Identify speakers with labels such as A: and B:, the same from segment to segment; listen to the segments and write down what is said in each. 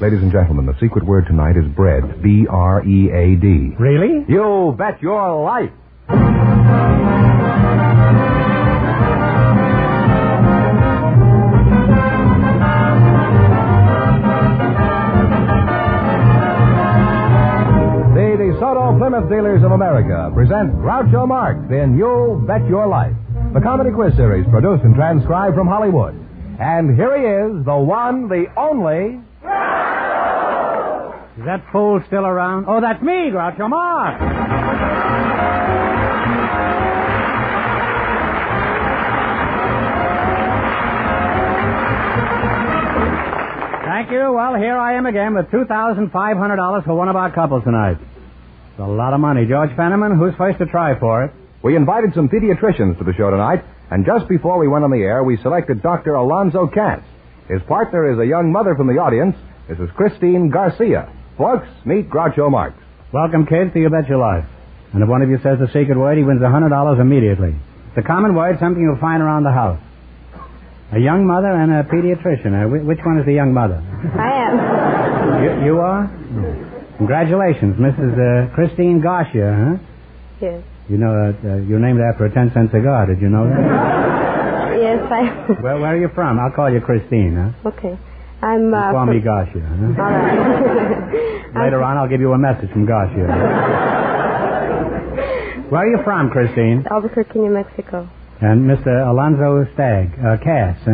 A: Ladies and gentlemen, the secret word tonight is bread. B R E A D.
B: Really?
A: You bet your life. The DeSoto Plymouth Dealers of America present Groucho Marx in You Bet Your Life, the comedy quiz series produced and transcribed from Hollywood. And here he is, the one, the only.
B: Is that fool still around? Oh, that's me, Groucho Marx. Thank you. Well, here I am again with $2,500 for one of our couples tonight. It's a lot of money. George Fenneman, who's first to try for it?
A: We invited some pediatricians to the show tonight, and just before we went on the air, we selected Dr. Alonzo Katz. His partner is a young mother from the audience, Mrs. Christine Garcia. Folks, meet Groucho Marx.
B: Welcome, kids, to You Bet Your Life. And if one of you says the secret word, he wins $100 immediately. It's a common word, something you'll find around the house. A young mother and a pediatrician. Uh, whi- which one is the young mother?
C: I am.
B: You, you are? Congratulations, Mrs. Uh, Christine Garcia, huh?
C: Yes.
B: You know, uh, uh, you're named after a 10 cent cigar. Did you know that?
C: Yes, I.
B: well, where are you from? I'll call you Christine, huh?
C: Okay. I'm.
B: You
C: Uh,
B: call me
C: from-
B: Garcia, huh?
C: All right. I'm-
B: Later on, I'll give you a message from Garcia. where are you from, Christine?
C: Albuquerque, New Mexico.
B: And Mr. Alonzo Stagg, uh, Cass, huh?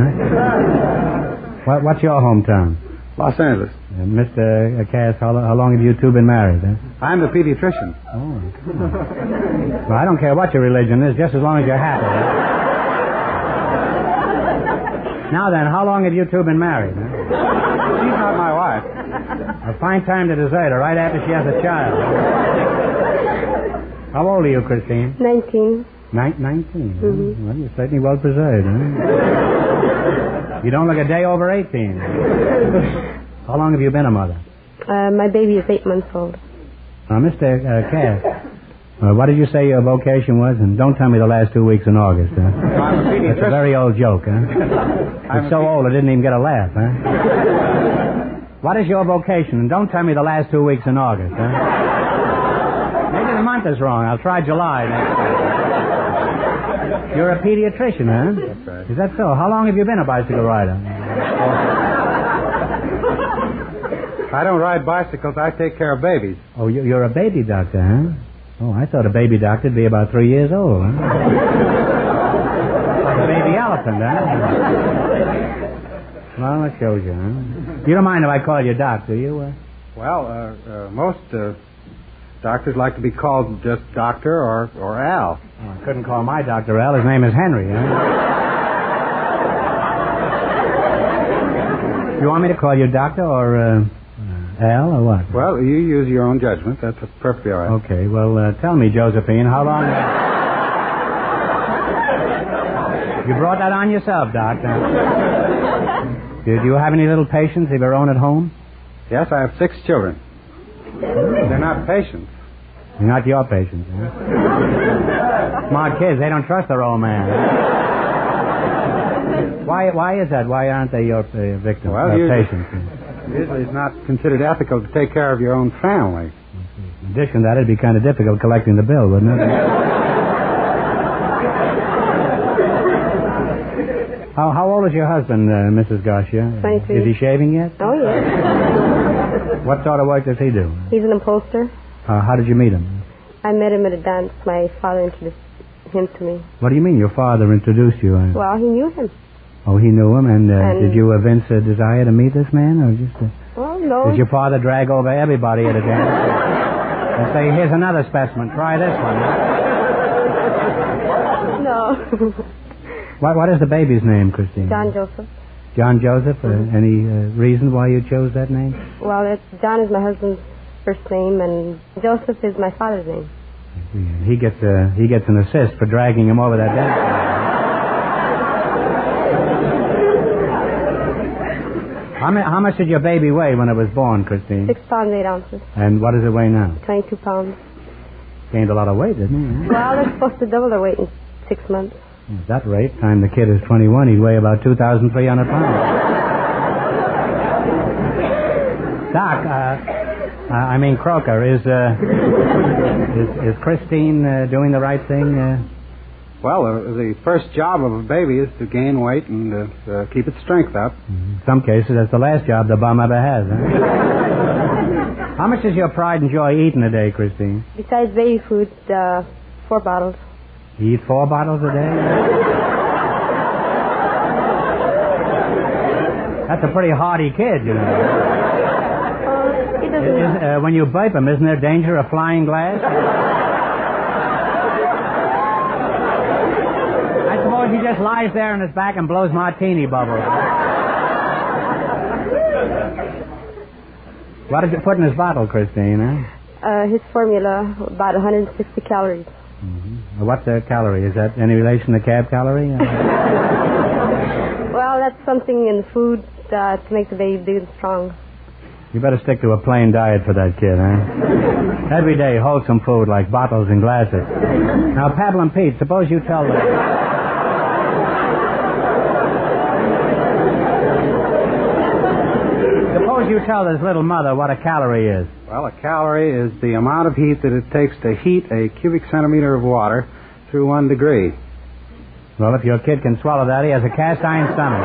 B: what, what's your hometown?
D: Los Angeles.
B: Uh, Mr. Cass, how, lo- how long have you two been married? Huh?
D: I'm the pediatrician.
B: Well, I don't care what your religion is, just as long as you're happy. now then, how long have you two been married? huh?
D: She's not my wife.
B: A fine time to desert her right after she has a child. How old are you, Christine?
C: 19.
B: Nin- 19 huh? Well, you're certainly well preserved. Huh? you don't look a day over 18. How long have you been a mother?
C: Uh, my baby is eight months old.
B: Now, Mr. Uh, Cass, uh, what did you say your vocation was? And don't tell me the last two weeks in August. Huh?
D: I'm a
B: It's a
D: pediatrician.
B: very old joke, huh? It's so old I didn't even get a laugh, huh? What is your vocation? And don't tell me the last two weeks in August, huh? Maybe the month is wrong. I'll try July next. week. You're a pediatrician, huh? That's
D: right.
B: Is that so? How long have you been a bicycle rider?
D: I don't ride bicycles. I take care of babies.
B: Oh, you- you're a baby doctor, huh? Oh, I thought a baby doctor'd be about three years old, huh? like a baby elephant, huh? Well, that shows you, huh? You don't mind if I call you doc, do you? Uh,
D: Well, uh, uh, most uh, doctors like to be called just doctor or, or Al.
B: oh, I couldn't call my doctor Al. His name is Henry, huh? you want me to call you doctor or uh, Al or what?
D: Well, you use your own judgment. That's perfectly all right.
B: Okay, well, uh, tell me, Josephine, how long. you brought that on yourself, Doc. now. Do do you have any little patients of your own at home?
D: Yes, I have six children. They're not patients.
B: They're Not your patients. Huh? Smart kids, they don't trust their old man. Why, why is that? Why aren't they your uh, victims,
D: Well,
B: uh,
D: you-
B: patients?
D: Usually it's not considered ethical to take care of your own family.
B: In addition to that, it'd be kind of difficult collecting the bill, wouldn't it? how, how old is your husband, uh, Mrs. Garcia?
C: 23.
B: Is he shaving yet?
C: Oh, yes.
B: What sort of work does he do?
C: He's an upholsterer.
B: Uh, how did you meet him?
C: I met him at a dance. My father introduced him to me.
B: What do you mean your father introduced you? Uh,
C: Well, he knew him.
B: oh, he knew him, and, uh,
C: And-
B: did you evince a desire to meet this man, or just uh,
C: Well, no.
B: Did your father drag over everybody at a dance? and say, here's another specimen. Try this one.
C: No.
B: What, what is the baby's name, Christine?
C: John Joseph.
B: John Joseph. Uh, any uh, reason why you chose that name?
C: Well, it's, John is my husband's first name, and Joseph is my father's name.
B: Yeah, He gets uh, he gets an assist for dragging him over that dance. floor. How, mu- how much did your baby weigh when it was born, Christine?
C: Six pounds, eight ounces,
B: And what does it weigh now?
C: 22 pounds.
B: Gained a lot of weight, didn't it?
C: Well, they're supposed to double their weight in six months.
B: At that rate, time the kid is 21, he'd weigh about 2,300 pounds. Doc, uh, uh, I mean Croker, is uh, is, is Christine uh, doing the right thing? Uh,
D: Well, uh, the first job of a baby is to gain weight and uh, uh, keep its strength up.
B: in some cases, that's the last job the bum ever has. Huh? How much does your pride and joy eating a day, Christine?
C: Besides baby food, uh, four bottles.
B: You eat four bottles a day? That's a pretty hardy kid, you know.
C: Uh, he doesn't.
B: Is, uh, when you burp him, isn't there danger of flying glass? I suppose he just lies there on his back and blows martini bubbles. What did you put in his bottle, Christine? Huh?
C: Uh, his formula about 160 calories.
B: What's the calorie? Is that any relation to cab calorie? Uh,
C: Well, that's something in food uh, to make the baby big and strong.
B: you better stick to a plain diet for that kid, huh? Every day, wholesome food like bottles and glasses. Now, Pablo and Pete, suppose you tell them. Suppose you tell this little mother what a calorie is.
D: Well, a calorie is the amount of heat that it takes to heat a cubic centimeter of water through one degree.
B: Well, if your kid can swallow that, he has a cast iron stomach.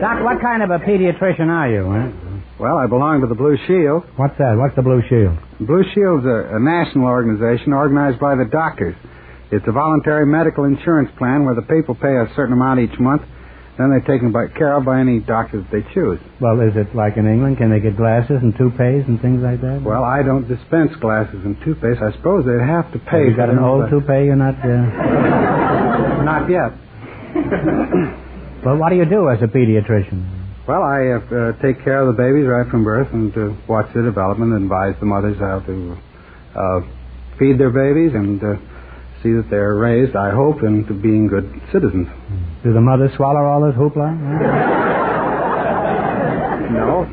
B: Doc, what kind of a pediatrician are you? Huh?
D: Well, I belong to the Blue Shield.
B: What's that? What's the Blue Shield?
D: Blue Shield's a, a national organization organized by the doctors. It's a voluntary medical insurance plan where the people pay a certain amount each month. Then they're taken by, care of by any doctor that they choose.
B: Well, is it like in England? Can they get glasses and toupees and things like that?
D: Well, I don't dispense glasses and toothpaste. I suppose they'd have to
B: Have
D: pay.
B: you got
D: for
B: an
D: them,
B: old
D: but-
B: toupee? You're not. Uh...
D: Not yet.
B: Well, what do you do as a pediatrician?
D: Well, I uh, uh, take care of the babies right from birth and uh, watch their development and advise the mothers how to uh, feed their babies and uh, see that they're raised, I hope, into being good citizens.
B: Do the mothers swallow all this hoopla?
D: No,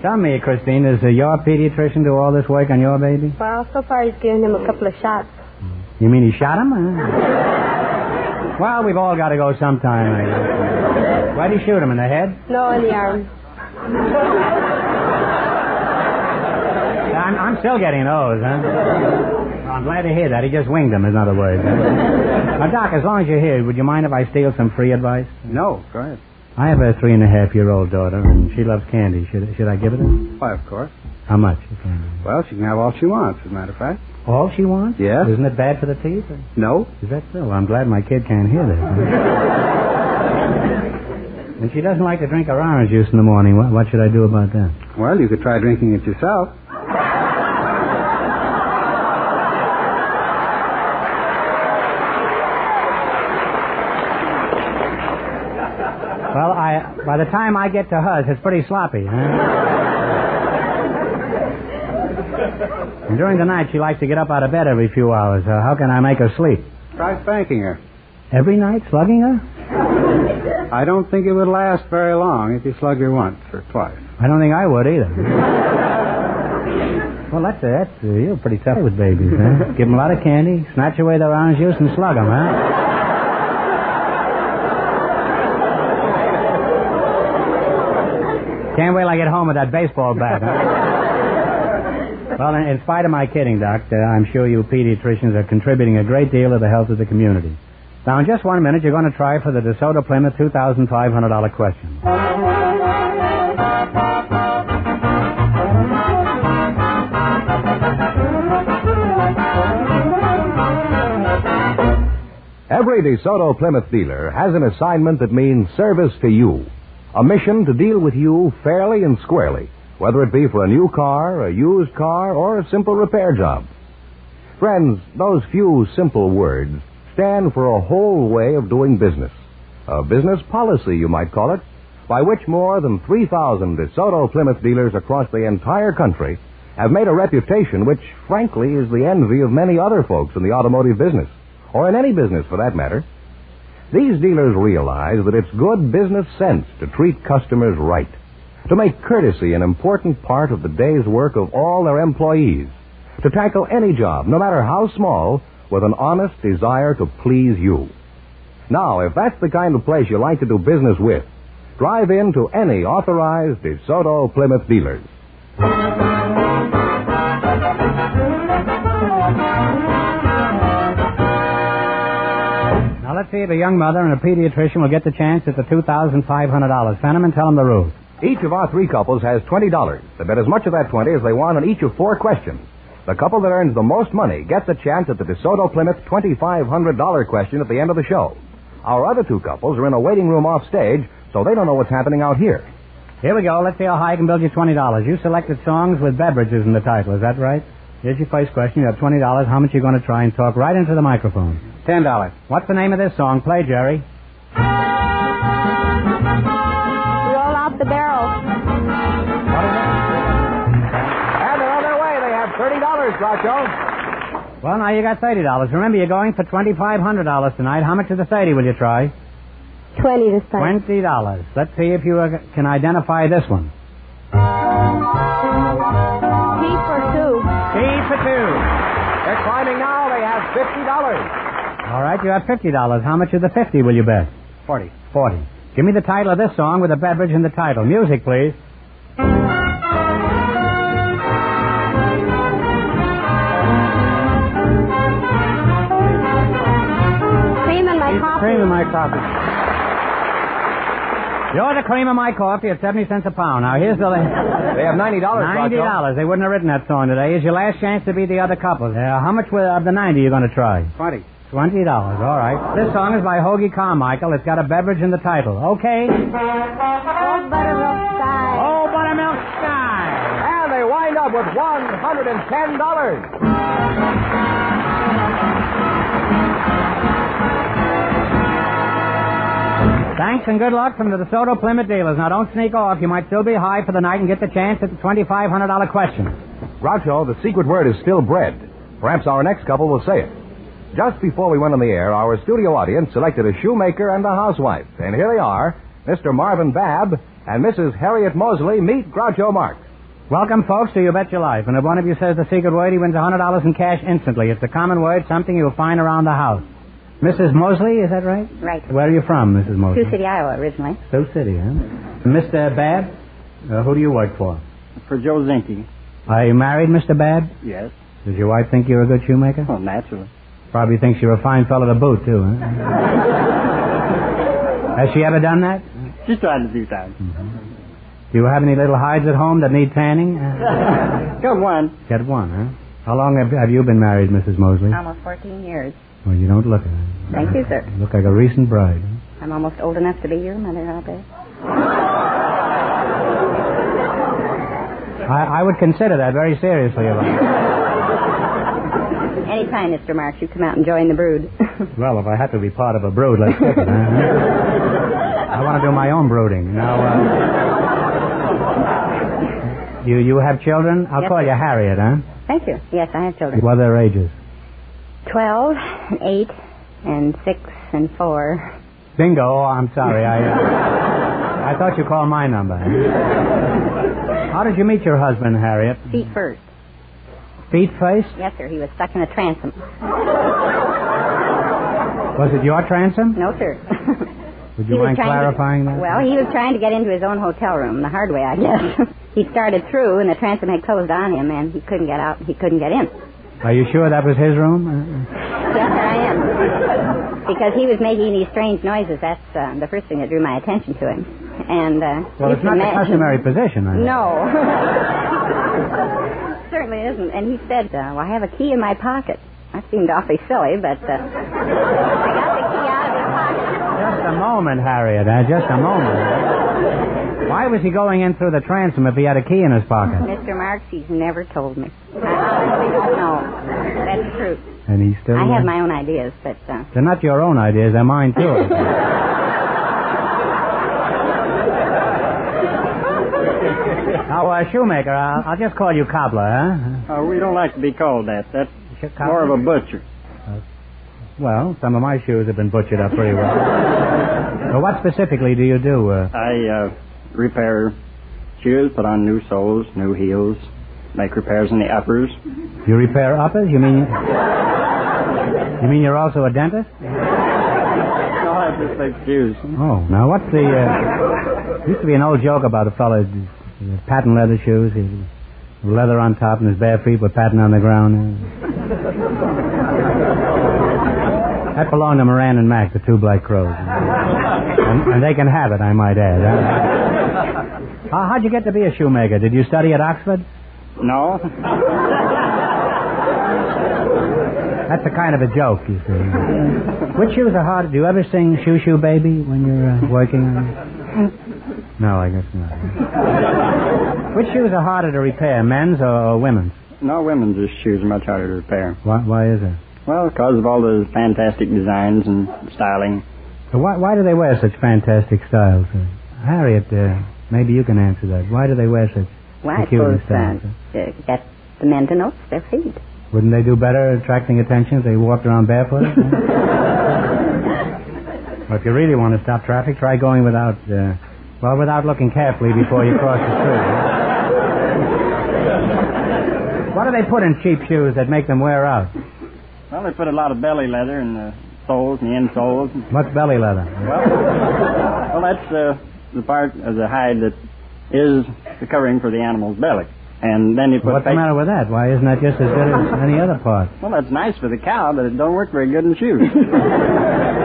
B: Tell me, Christine, does uh, your pediatrician do all this work on your baby?
C: Well, so far he's given him a couple of shots.
B: You mean he shot him? Huh? well, we've all got to go sometime. I guess. Why'd he shoot him in the head?
C: No, in the arm.
B: I'm, I'm still getting those, huh? Well, I'm glad to hear that. He just winged him, in other words. now, Doc, as long as you're here, would you mind if I steal some free advice?
D: no, go ahead.
B: I have a three and a half year old daughter, and she loves candy. Should, should I give it her?
D: Why, of course.
B: How much? of candy?
D: Well, she can have all she wants, as a matter of fact.
B: All she wants?
D: Yes.
B: Isn't it bad for the teeth?
D: No?
B: Is that so? Well, I'm glad my kid can't hear this. and she doesn't like to drink her orange juice in the morning. What, what should I do about that?
D: Well, you could try drinking it yourself.
B: Well, I by the time I get to hers, it's pretty sloppy, huh? and during the night, she likes to get up out of bed every few hours. Uh, how can I make her sleep?
D: Try spanking her.
B: Every night, slugging her?
D: I don't think it would last very long if you slug her once or twice.
B: I don't think I would either. Well, that's uh, that's uh, you're pretty tough with babies, huh? Give them a lot of candy, snatch away their orange juice, and slug them, huh? Can't wait till I get home with that baseball bat. Huh? well, in, in spite of my kidding, Doc, uh, I'm sure you pediatricians are contributing a great deal to the health of the community. Now, in just one minute, you're going to try for the DeSoto Plymouth $2,500 question.
A: Every DeSoto Plymouth dealer has an assignment that means service to you. A mission to deal with you fairly and squarely, whether it be for a new car, a used car, or a simple repair job. Friends, those few simple words stand for a whole way of doing business. A business policy, you might call it, by which more than 3,000 DeSoto Plymouth dealers across the entire country have made a reputation which, frankly, is the envy of many other folks in the automotive business, or in any business for that matter. These dealers realize that it's good business sense to treat customers right, to make courtesy an important part of the day's work of all their employees, to tackle any job, no matter how small, with an honest desire to please you. Now, if that's the kind of place you like to do business with, drive in to any authorized DeSoto Plymouth dealers.
B: Now, let's see if a young mother and a pediatrician will get the chance at the $2,500. Fenneman, tell them the rules.
A: Each of our three couples has $20. They bet as much of that 20 as they want on each of four questions. The couple that earns the most money gets a chance at the DeSoto Plymouth $2,500 question at the end of the show. Our other two couples are in a waiting room off stage, so they don't know what's happening out here.
B: Here we go. Let's see how high I can build you $20. You selected songs with beverages in the title. Is that right? Here's your first question. You have $20. How much are you going to try and talk right into the microphone?
D: $10.
B: What's the name of this song? Play, Jerry.
C: Roll out the barrel.
A: And they're on their way. They have $30, Groucho.
B: Well, now you got $30. Remember, you're going for $2,500 tonight. How much of the 30 will you try?
C: Twenty this time.
B: $20. Let's see if you uh, can identify this one.
C: Tea for two.
B: T for two.
A: They're climbing now. They have $50.
B: All right, you have $50. How much of the 50 will you bet?
D: 40.
B: 40. Give me the title of this song with a beverage in the title. Music, please.
C: Cream in my
B: He's the
C: coffee.
B: cream of my coffee. You're the cream of my coffee at 70 cents a pound. Now, here's the... la-
A: They have $90,
B: Ninety
A: Groucho.
B: dollars. They wouldn't have written that song today. Is your last chance to be the other couple. Uh, how much will- of the ninety you going to try?
D: 20.
B: Twenty dollars. All right. This song is by Hoagie Carmichael. It's got a beverage in the title. Okay.
C: Old buttermilk sky.
B: Oh, buttermilk sky.
A: And they wind up with $110.
B: Thanks and good luck from the DeSoto Plymouth dealers. Now don't sneak off. You might still be high for the night and get the chance at the twenty-five hundred dollar question.
A: Groucho, the secret word is still bread. Perhaps our next couple will say it. Just before we went on the air, our studio audience selected a shoemaker and a housewife. And here they are Mr. Marvin Babb and Mrs. Harriet Mosley meet Groucho Marx.
B: Welcome, folks, to You Bet Your Life. And if one of you says the secret word, he wins hundred dollars in cash instantly. It's a common word, something you'll find around the house. Mrs. Mosley, is that right?
E: Right.
B: Where are you from, Mrs. Mosley?
E: Sioux City, Iowa, originally.
B: Sioux City, huh? Mr. Babb, uh, who do you work for?
F: For Joe Zinke.
B: Are you married, Mr. Babb?
F: Yes.
B: Does your wife think you're a good shoemaker?
F: Well, naturally.
B: Probably thinks you're a fine fellow to boot, too, huh? Has she ever done that? Mm-hmm.
F: She tried a few times.
B: Do you have any little hides at home that need tanning? Uh,
F: Got one.
B: Get one, huh? How long have, have you been married, Mrs. Mosley?
E: Almost 14 years.
B: Well, you don't look it.
E: Um, Thank you, sir.
B: You look like a recent bride.
E: I'm almost old enough to be your mother, I'll bet.
B: I, I would consider that very seriously. If
E: Anytime, Mr. Marks, you come out and join the brood.
B: I, well, if I had to be part of a brood, let's skip it, huh? uh, I want to do my own brooding. Now, uh, you, you have children? I'll
E: Yes,
B: call
E: sir.
B: you Harriet, huh?
E: Thank you. Yes, I have children.
B: What are their ages?
E: 12, and 8, and 6, and 4.
B: Bingo. Oh, I'm sorry. I uh, I thought you called my number. How did you meet your husband, Harriet?
E: Feet first.
B: Feet first?
E: Yes, sir. He was stuck in a transom.
B: Was it your transom?
E: No, sir.
B: Would
E: He
B: you
E: was
B: mind
E: trying to-
B: clarifying that?
E: Well, he was trying to get into his own hotel room, the hard way, I guess. he started through, and the transom had closed on him, and he couldn't get out. He couldn't get in.
B: Are you sure that was his room? Uh,
E: Yes, sir, I am. Because he was making these strange noises. That's uh, the first thing that drew my attention to him. And uh,
B: Well,
E: you
B: it's
E: can
B: not the
E: imagine-
B: customary position. I
E: No. Certainly isn't. And he said, uh, "Well, I have a key in my pocket." That seemed awfully silly, but uh, I got the key out of his pocket.
B: Just a moment, Harriet. Uh, just a moment. Why was he going in through the transom if he had a key in his pocket?
E: Mr. Marks, he's never told me. I honestly don't know. That's true.
B: And he still.
E: I
B: uh,
E: have my own ideas, but uh,
B: They're not your own ideas. They're mine too. now, uh, shoemaker, I'll, I'll just call you cobbler,
F: Uh, we don't like to be called that. That's
B: huh?
F: more of a butcher.
B: Well, some of my shoes have been butchered up pretty well. well, what specifically do you do? Uh,
F: I uh, repair shoes, put on new soles, new heels, make repairs in the uppers.
B: you repair uppers? You mean? You mean you're also a dentist?
F: No, I Just excuse.
B: Oh, now what's the? Uh, used to be an old joke about a fellow, uh, patent leather shoes, his leather on top and his bare feet were patent on the ground. that belonged to Moran and Mac, the two black crows, and, and they can have it, I might add. huh? How- how'd you get to be a shoemaker? Did you study at Oxford?
F: No?
B: That's a kind of a joke, you see. Which shoes are hard? Do you ever sing Shoo Shoo Baby when you're uh, working on it? No, I guess not. Which shoes are harder to repair, men's or women's?
F: No women's just shoes are much harder to repair.
B: Why, why is it?
F: Well, because of all those fantastic designs and styling.
B: So why, why do they wear such fantastic styles? Uh, Harriet, uh, maybe you can answer that. Why do they wear such
E: Why, I
B: peculiar
E: suppose
B: styles?
E: uh, uh, get the men to notice their feet.
B: Wouldn't they do better attracting attention if they walked around barefoot? well, if you really want to stop traffic, try going without, uh, well, without looking carefully before you cross the street. what do they put in cheap shoes that make them wear out?
F: Well, they put a lot of belly leather in the soles and the insoles.
B: What's belly leather?
F: Well, well that's uh, the part of the hide that is the covering for the animal's belly. And then you put
B: What's the
F: fake-
B: matter with that? Why isn't that just as good as any other part?
F: Well, that's nice for the cow, but it don't work very good in shoes.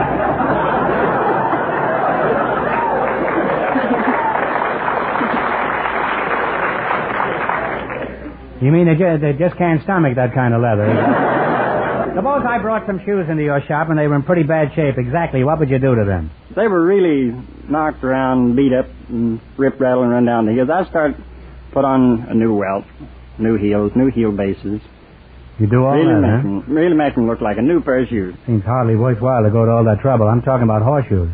B: You mean they just, they just can't stomach that kind of leather? Suppose I brought some shoes into your shop and they were in pretty bad shape. Exactly, what would you do to them?
F: they were really knocked around, beat up, and rip, rattle, and run down the heels. I start put on a new welt, new heels, new heel bases.
B: You do all
F: really
B: that, huh?
F: make them, really make them look like a new pair of shoes.
B: Seems hardly worthwhile to go to all that trouble. I'm talking about horseshoes.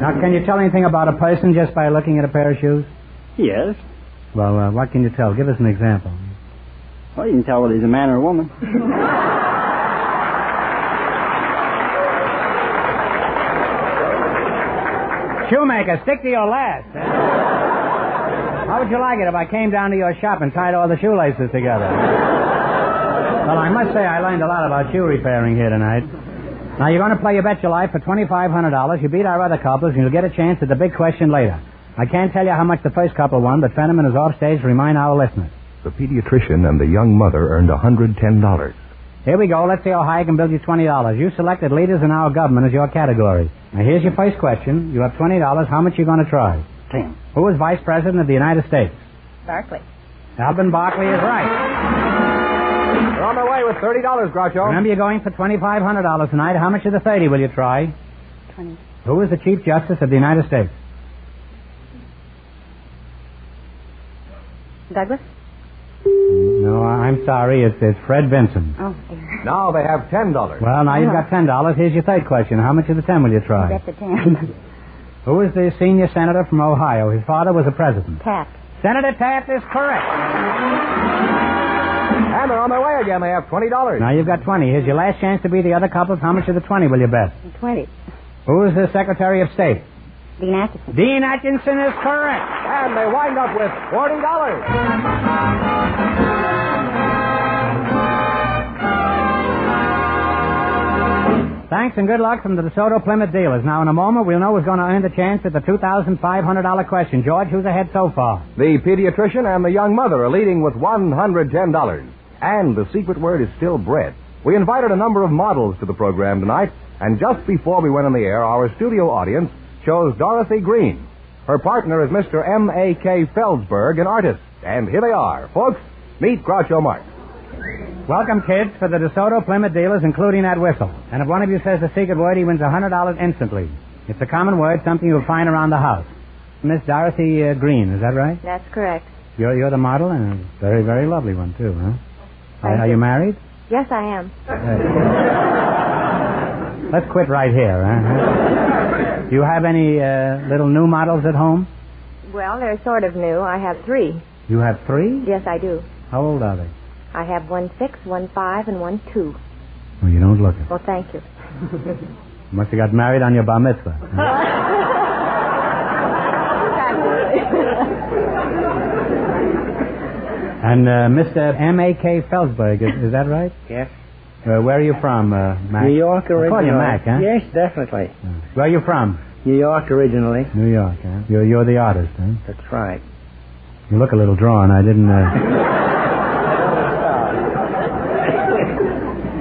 B: now, can you tell anything about a person just by looking at a pair of shoes?
F: Yes.
B: Well, uh, what can you tell? Give us an example.
F: Well, you can tell whether he's a man or a woman.
B: Shoemaker, stick to your last. How would you like it if I came down to your shop and tied all the shoelaces together? well, I must say I learned a lot about shoe repairing here tonight. Now, you're going to play You Bet Your Life for $2,500. You beat our other couples, and you'll get a chance at the big question later. I can't tell you how much the first couple won, but Fenneman is off stage to remind our listeners.
A: The pediatrician and the young mother earned $110.
B: Here we go. Let's see how high I can build you $20. You selected leaders in our government as your category. Now, here's your first question. You have $20. How much you going to try?
F: Ten.
B: Who was Vice President of the United States?
E: Barclay.
B: Alvin Barkley is right.
A: You're on the way with $30, Groucho.
B: Remember, you're going for $2,500 tonight. How much of the 30 will you try? 20. Who is the Chief Justice of the United States?
E: Douglas?
B: No, I- I'm sorry. It's, it's Fred Vinson.
E: Oh, dear.
A: Now they have $10.
B: Well,
E: Oh.
B: now you've got $10. Here's your third question. How much of the 10 will you try?
E: That's a ten.
B: Who is the senior senator from Ohio? His father was a president.
E: Tap.
B: Senator Taft is correct.
A: And they're on their way again. They have $20.
B: Now you've got 20. Here's your last chance to be the other couples. How much of the 20 will you bet?
E: Twenty.
B: Who is the Secretary of State?
E: Dean Atkinson.
B: Dean Atkinson is correct.
A: And they wind up with $40.
B: Thanks and good luck from the DeSoto Plymouth dealers. Now, in a moment, we'll know who's going to earn the chance at the $2,500 question. George, who's ahead so far?
A: The pediatrician and the young mother are leading with $110. And the secret word is still bread. We invited a number of models to the program tonight, and just before we went on the air, our studio audience chose Dorothy Green. Her partner is Mr. M.A.K. Feldsberg, an artist. And here they are. Folks, meet Groucho Marx.
B: Welcome, kids, for the DeSoto Plymouth dealers, including that whistle. And if one of you says the secret word, he wins $100 instantly. It's a common word, something you'll find around the house. Miss Dorothy uh, Green, is that right?
E: That's correct.
B: You're, you're the model, and a very, very lovely one, too, huh? Are, are you married?
E: Yes, I am.
B: Let's quit right here, huh? Do you have any uh, little new models at home?
E: Well, they're sort of new. I have three.
B: You have three?
E: Yes, I do.
B: How old are they?
E: I have one six, one five, and one two.
B: Well, you don't look it.
E: Well, thank you.
B: Must have got married on your bar mitzvah. huh? and uh, Mr. M.A.K. Felsberg, is, is that right?
F: Yes.
B: Uh, where are you from, uh, Mac?
G: New York
B: I call
G: originally.
B: you Mac, huh?
G: Yes, definitely.
B: Where are you from?
G: New York originally.
B: New York, huh? You're, you're the artist, huh?
G: That's right.
B: You look a little drawn. I didn't. Uh... uh,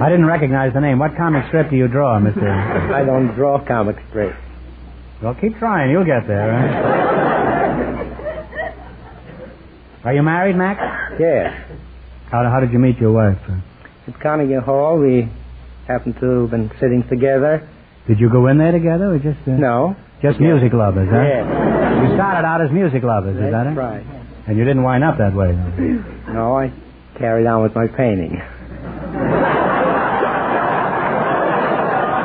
B: I didn't recognize the name. What comic strip do you draw, Mister?
G: I don't draw comic strips.
B: Well, keep trying. You'll get there. Huh? Are you married, Mac?
G: Yes.
B: How, how did you meet your wife?
G: At Carnegie Hall, we happened to have been sitting together.
B: Did you go in there together, or just uh,
G: No.
B: Just music lovers, huh?
G: Yes.
B: You started out as music lovers, is that it?
G: That's right.
B: And you didn't wind up that way. though.
G: No, I carried on with my painting.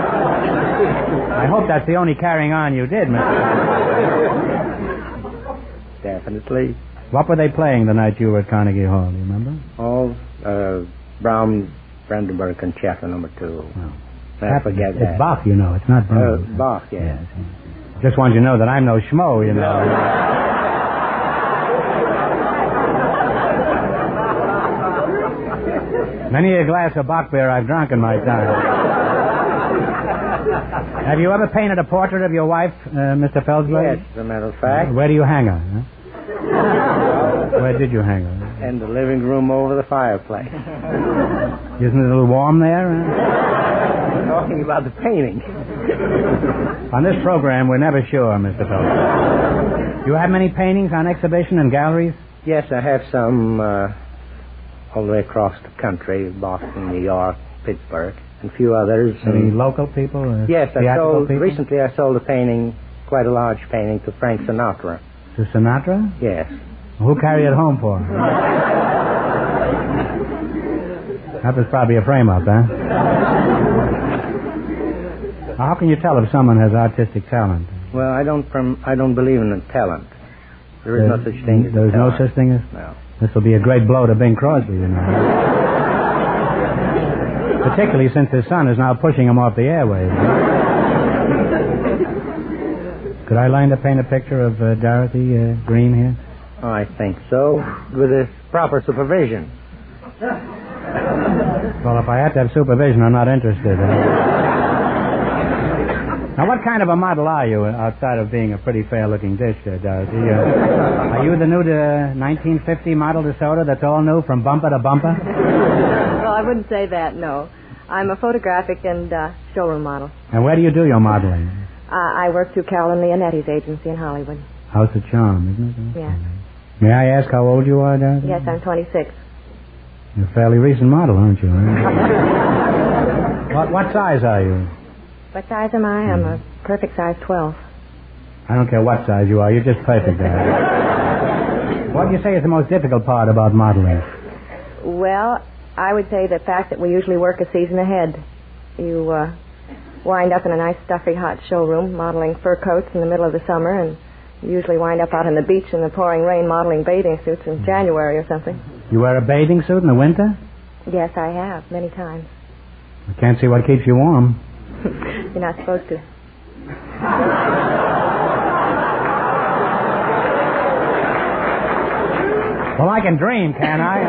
B: I hope that's the only carrying on you did, Mister.
G: Definitely.
B: What were they playing the night you were at Carnegie Hall? Do you remember?
G: All uh, Brown Brandenburg Concerto Number Two.
B: Wow.
G: I forget
B: it's,
G: that.
B: It's Bach, you know. It's not
G: Uh,
B: Brahms.
G: Bach, yes.
B: Just wanted you to know that I'm no schmo, you know. Many a glass of Bach beer I've drunk in my time. Have you ever painted a portrait of your wife, uh, Mr. Felsberg?
G: Yes, as a matter of fact.
B: Where do you hang her? Huh? Where did you hang her?
G: In the living room over the fireplace.
B: Isn't it a little warm there? Huh?
G: Talking about the painting.
B: On this program, we're never sure, Mr. Phelps. You have many paintings on exhibition and galleries?
G: Yes, I have some uh, all the way across the country Boston, New York, Pittsburgh, and a few others.
B: Any
G: And-
B: local people? Or
G: Mm. yes, I
B: Mm. theatrical
G: sold.
B: people?
G: Recently, I sold a painting, quite a large painting, to Frank Sinatra.
B: To Sinatra?
G: Yes.
B: Who carried it home for? him? that was probably a frame up, huh? Now, How can you tell if someone has artistic talent?
G: Well, I don't. Prom- I don't believe in talent. There is no such thing as
B: There's
G: a
B: no
G: talent.
B: such thing as.
G: No.
B: This will be a great blow to Bing Crosby, you know. Particularly since his son is now pushing him off the airways. Could I line to paint a picture of uh, Dorothy uh, Green here?
G: Oh, I think so. With a proper supervision.
B: Well, if I have to have supervision, I'm not interested. Now, what kind of a model are you uh, outside of being a pretty fair-looking dish, uh, Dorothy? Uh, are you the new uh, 1950 model to soda that's all new from bumper to bumper?
C: Well, I wouldn't say that, no. I'm a photographic and uh, showroom model.
B: And where do you do your modeling?
C: Uh, I work through Carolyn Leonetti's agency in Hollywood.
B: House of Charm, isn't it?
C: Yeah.
B: May I ask how old you are, Dorothy?
C: Yes, I'm 26.
B: You're a fairly recent model, aren't you? huh? what, what size are you?
C: What size am I? I'm a perfect size 12.
B: I don't care what size you are. You're just perfect. Dorothy. what do you say is the most difficult part about modeling?
C: Well, I would say the fact that we usually work a season ahead. You uh, wind up in a nice, stuffy, hot showroom modeling fur coats in the middle of the summer, and you usually wind up out on the beach in the pouring rain modeling bathing suits in January or something.
B: You wear a bathing suit in the winter?
C: Yes, I have, many times.
B: I can't see what keeps you warm.
C: You're not supposed to.
B: Well, I can dream, can I?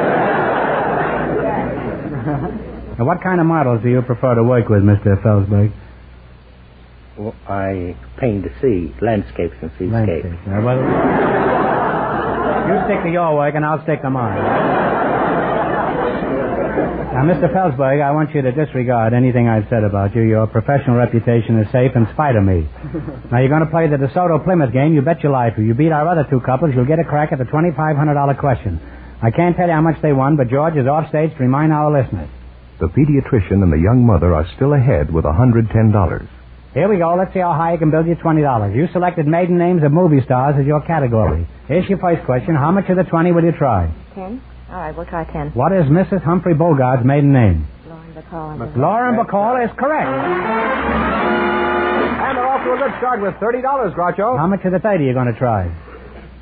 B: now, what kind of models do you prefer to work with, Mr. Felsberg?
G: Well, I paint the sea, landscapes and seascapes.
B: Landscape. Uh, well, you stick to your work, and I'll stick to mine. Now, Mr. Felsberg, I want you to disregard anything I've said about you. Your professional reputation is safe in spite of me. Now, you're going to play the DeSoto Plymouth game. You bet your life. If you beat our other two couples, you'll get a crack at the $2,500 question. I can't tell you how much they won, but George is off stage to remind our listeners.
A: The pediatrician and the young mother are still ahead with $110.
B: Here we go. Let's see how high you can build your twenty dollars. You selected maiden names of movie stars as your category. Here's your first question. How much of the twenty will you try?
C: Ten? All right, we'll try ten.
B: What is Mrs. Humphrey Bogart's maiden name?
C: Lauren Bacall.
B: Lauren Bacall is correct.
A: And they're off to a good start with $30,
D: Oh.
A: Groucho.
B: How much of the thirty are you going to try?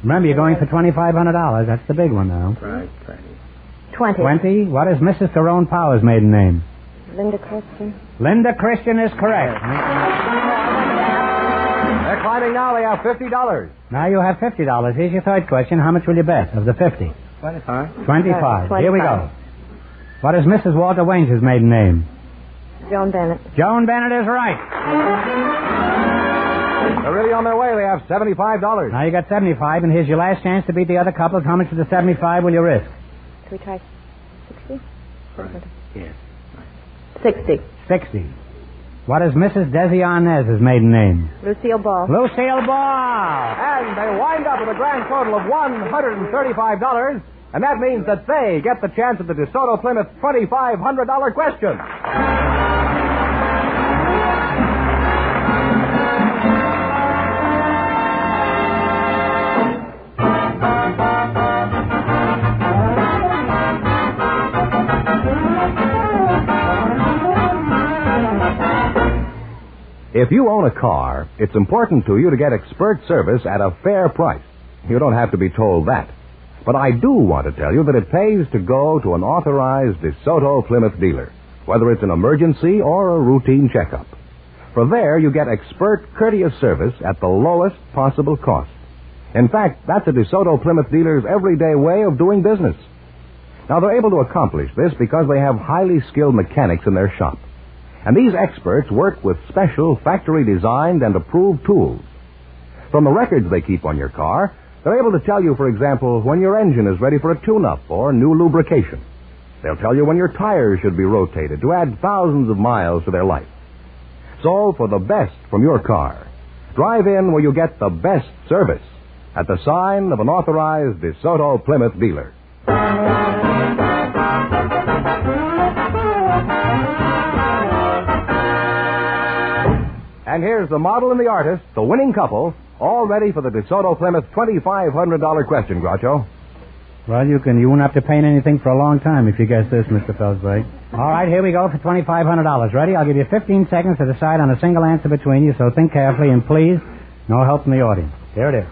B: Remember, you're going for twenty five hundred dollars. That's the big one now.
G: Right, right.
C: Twenty.
B: Twenty. What is Mrs. Tyrone Power's maiden name?
C: Linda Christian.
B: Linda Christian is correct.
A: They're climbing now. They have $50.
B: Now you have fifty dollars. Here's your third question. How much will you bet of the fifty?
G: Twenty-five.
B: Twenty five.
C: Uh,
B: Here we go.
C: 25.
B: What is Mrs. Walter Wange's maiden name?
C: Joan Bennett.
B: Joan Bennett is right.
A: They're really on their way. They have seventy-five dollars.
B: Now you got 75, and here's your last chance to beat the other couples. How much of the 75 will you risk?
C: Can we try 60?
G: Yes.
C: 60.
B: 60. What is Mrs. Desi Arnaz's maiden name?
C: Lucille Ball.
B: Lucille Ball.
A: And they wind up with a grand total of one hundred and thirty-five dollars, and that means that they get the chance at the DeSoto Plymouth twenty-five hundred dollar question. If you own a car, it's important to you to get expert service at a fair price. You don't have to be told that. But I do want to tell you that it pays to go to an authorized DeSoto Plymouth dealer, whether it's an emergency or a routine checkup. For there, you get expert, courteous service at the lowest possible cost. In fact, that's a DeSoto Plymouth dealer's everyday way of doing business. Now, they're able to accomplish this because they have highly skilled mechanics in their shop. And these experts work with special factory designed and approved tools. From the records they keep on your car, they're able to tell you, for example, when your engine is ready for a tune up or new lubrication. They'll tell you when your tires should be rotated to add thousands of miles to their life. So, for the best from your car, drive in where you get the best service at the sign of an authorized DeSoto Plymouth dealer. And here's the model and the artist, the winning couple, all ready for the DeSoto Plymouth $2,500 question, Groucho.
B: Well, you can. You won't have to paint anything for a long time if you guess this, Mr. Felsberg. All right, here we go for twenty-five hundred dollars. Ready? I'll give you fifteen seconds to decide on a single answer between you. So think carefully and please, no help from the audience. Here it is.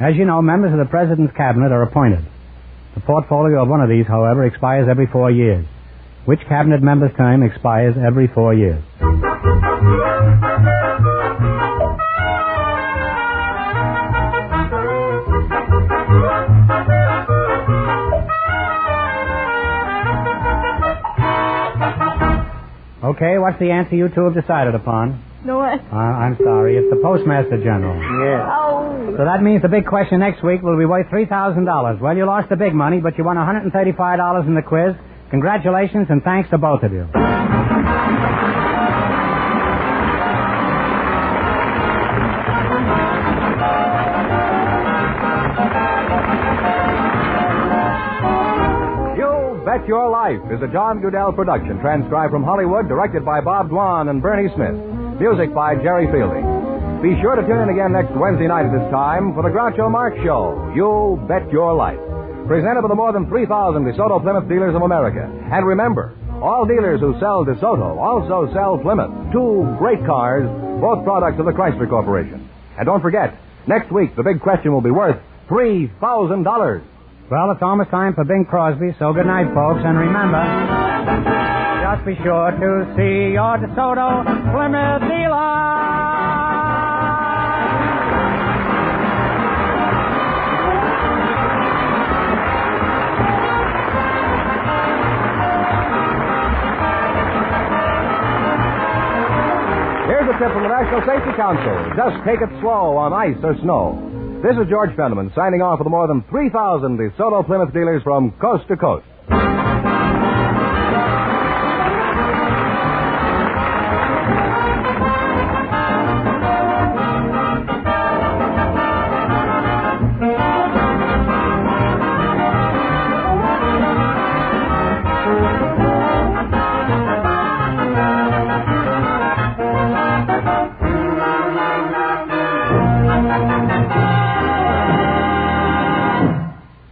B: As you know, members of the president's cabinet are appointed. The portfolio of one of these, however, expires every four years. Which cabinet member's term expires every four years? Okay, what's the answer you two have decided upon?
C: No, I...
B: Uh, I'm sorry, it's the Postmaster General.
G: Yes.
C: Oh,
B: So that means the big question next week will be worth three thousand dollars. Well, you lost the big money, but you won one hundred and thirty-five dollars in the quiz. Congratulations and thanks to both of you.
A: You Bet Your Life is a John Goodell production, transcribed from Hollywood, directed by Bob Dwan and Bernie Smith. Music by Jerry Fielding. Be sure to tune in again next Wednesday night at this time for the Groucho Marx Show, You Bet Your Life, presented by the more than 3,000 DeSoto Plymouth dealers of America. And remember, all dealers who sell DeSoto also sell Plymouth, two great cars, both products of the Chrysler Corporation. And don't forget, next week the big question will be worth $3,000.
B: Well, it's almost time for Bing Crosby, so good night, folks, and remember, just be sure to see your DeSoto Plymouth dealer.
A: Here's a tip from the National Safety Council. Just take it slow on ice or snow. This is George Fenneman signing off for the more than 3,000 DeSoto Plymouth dealers from coast to coast.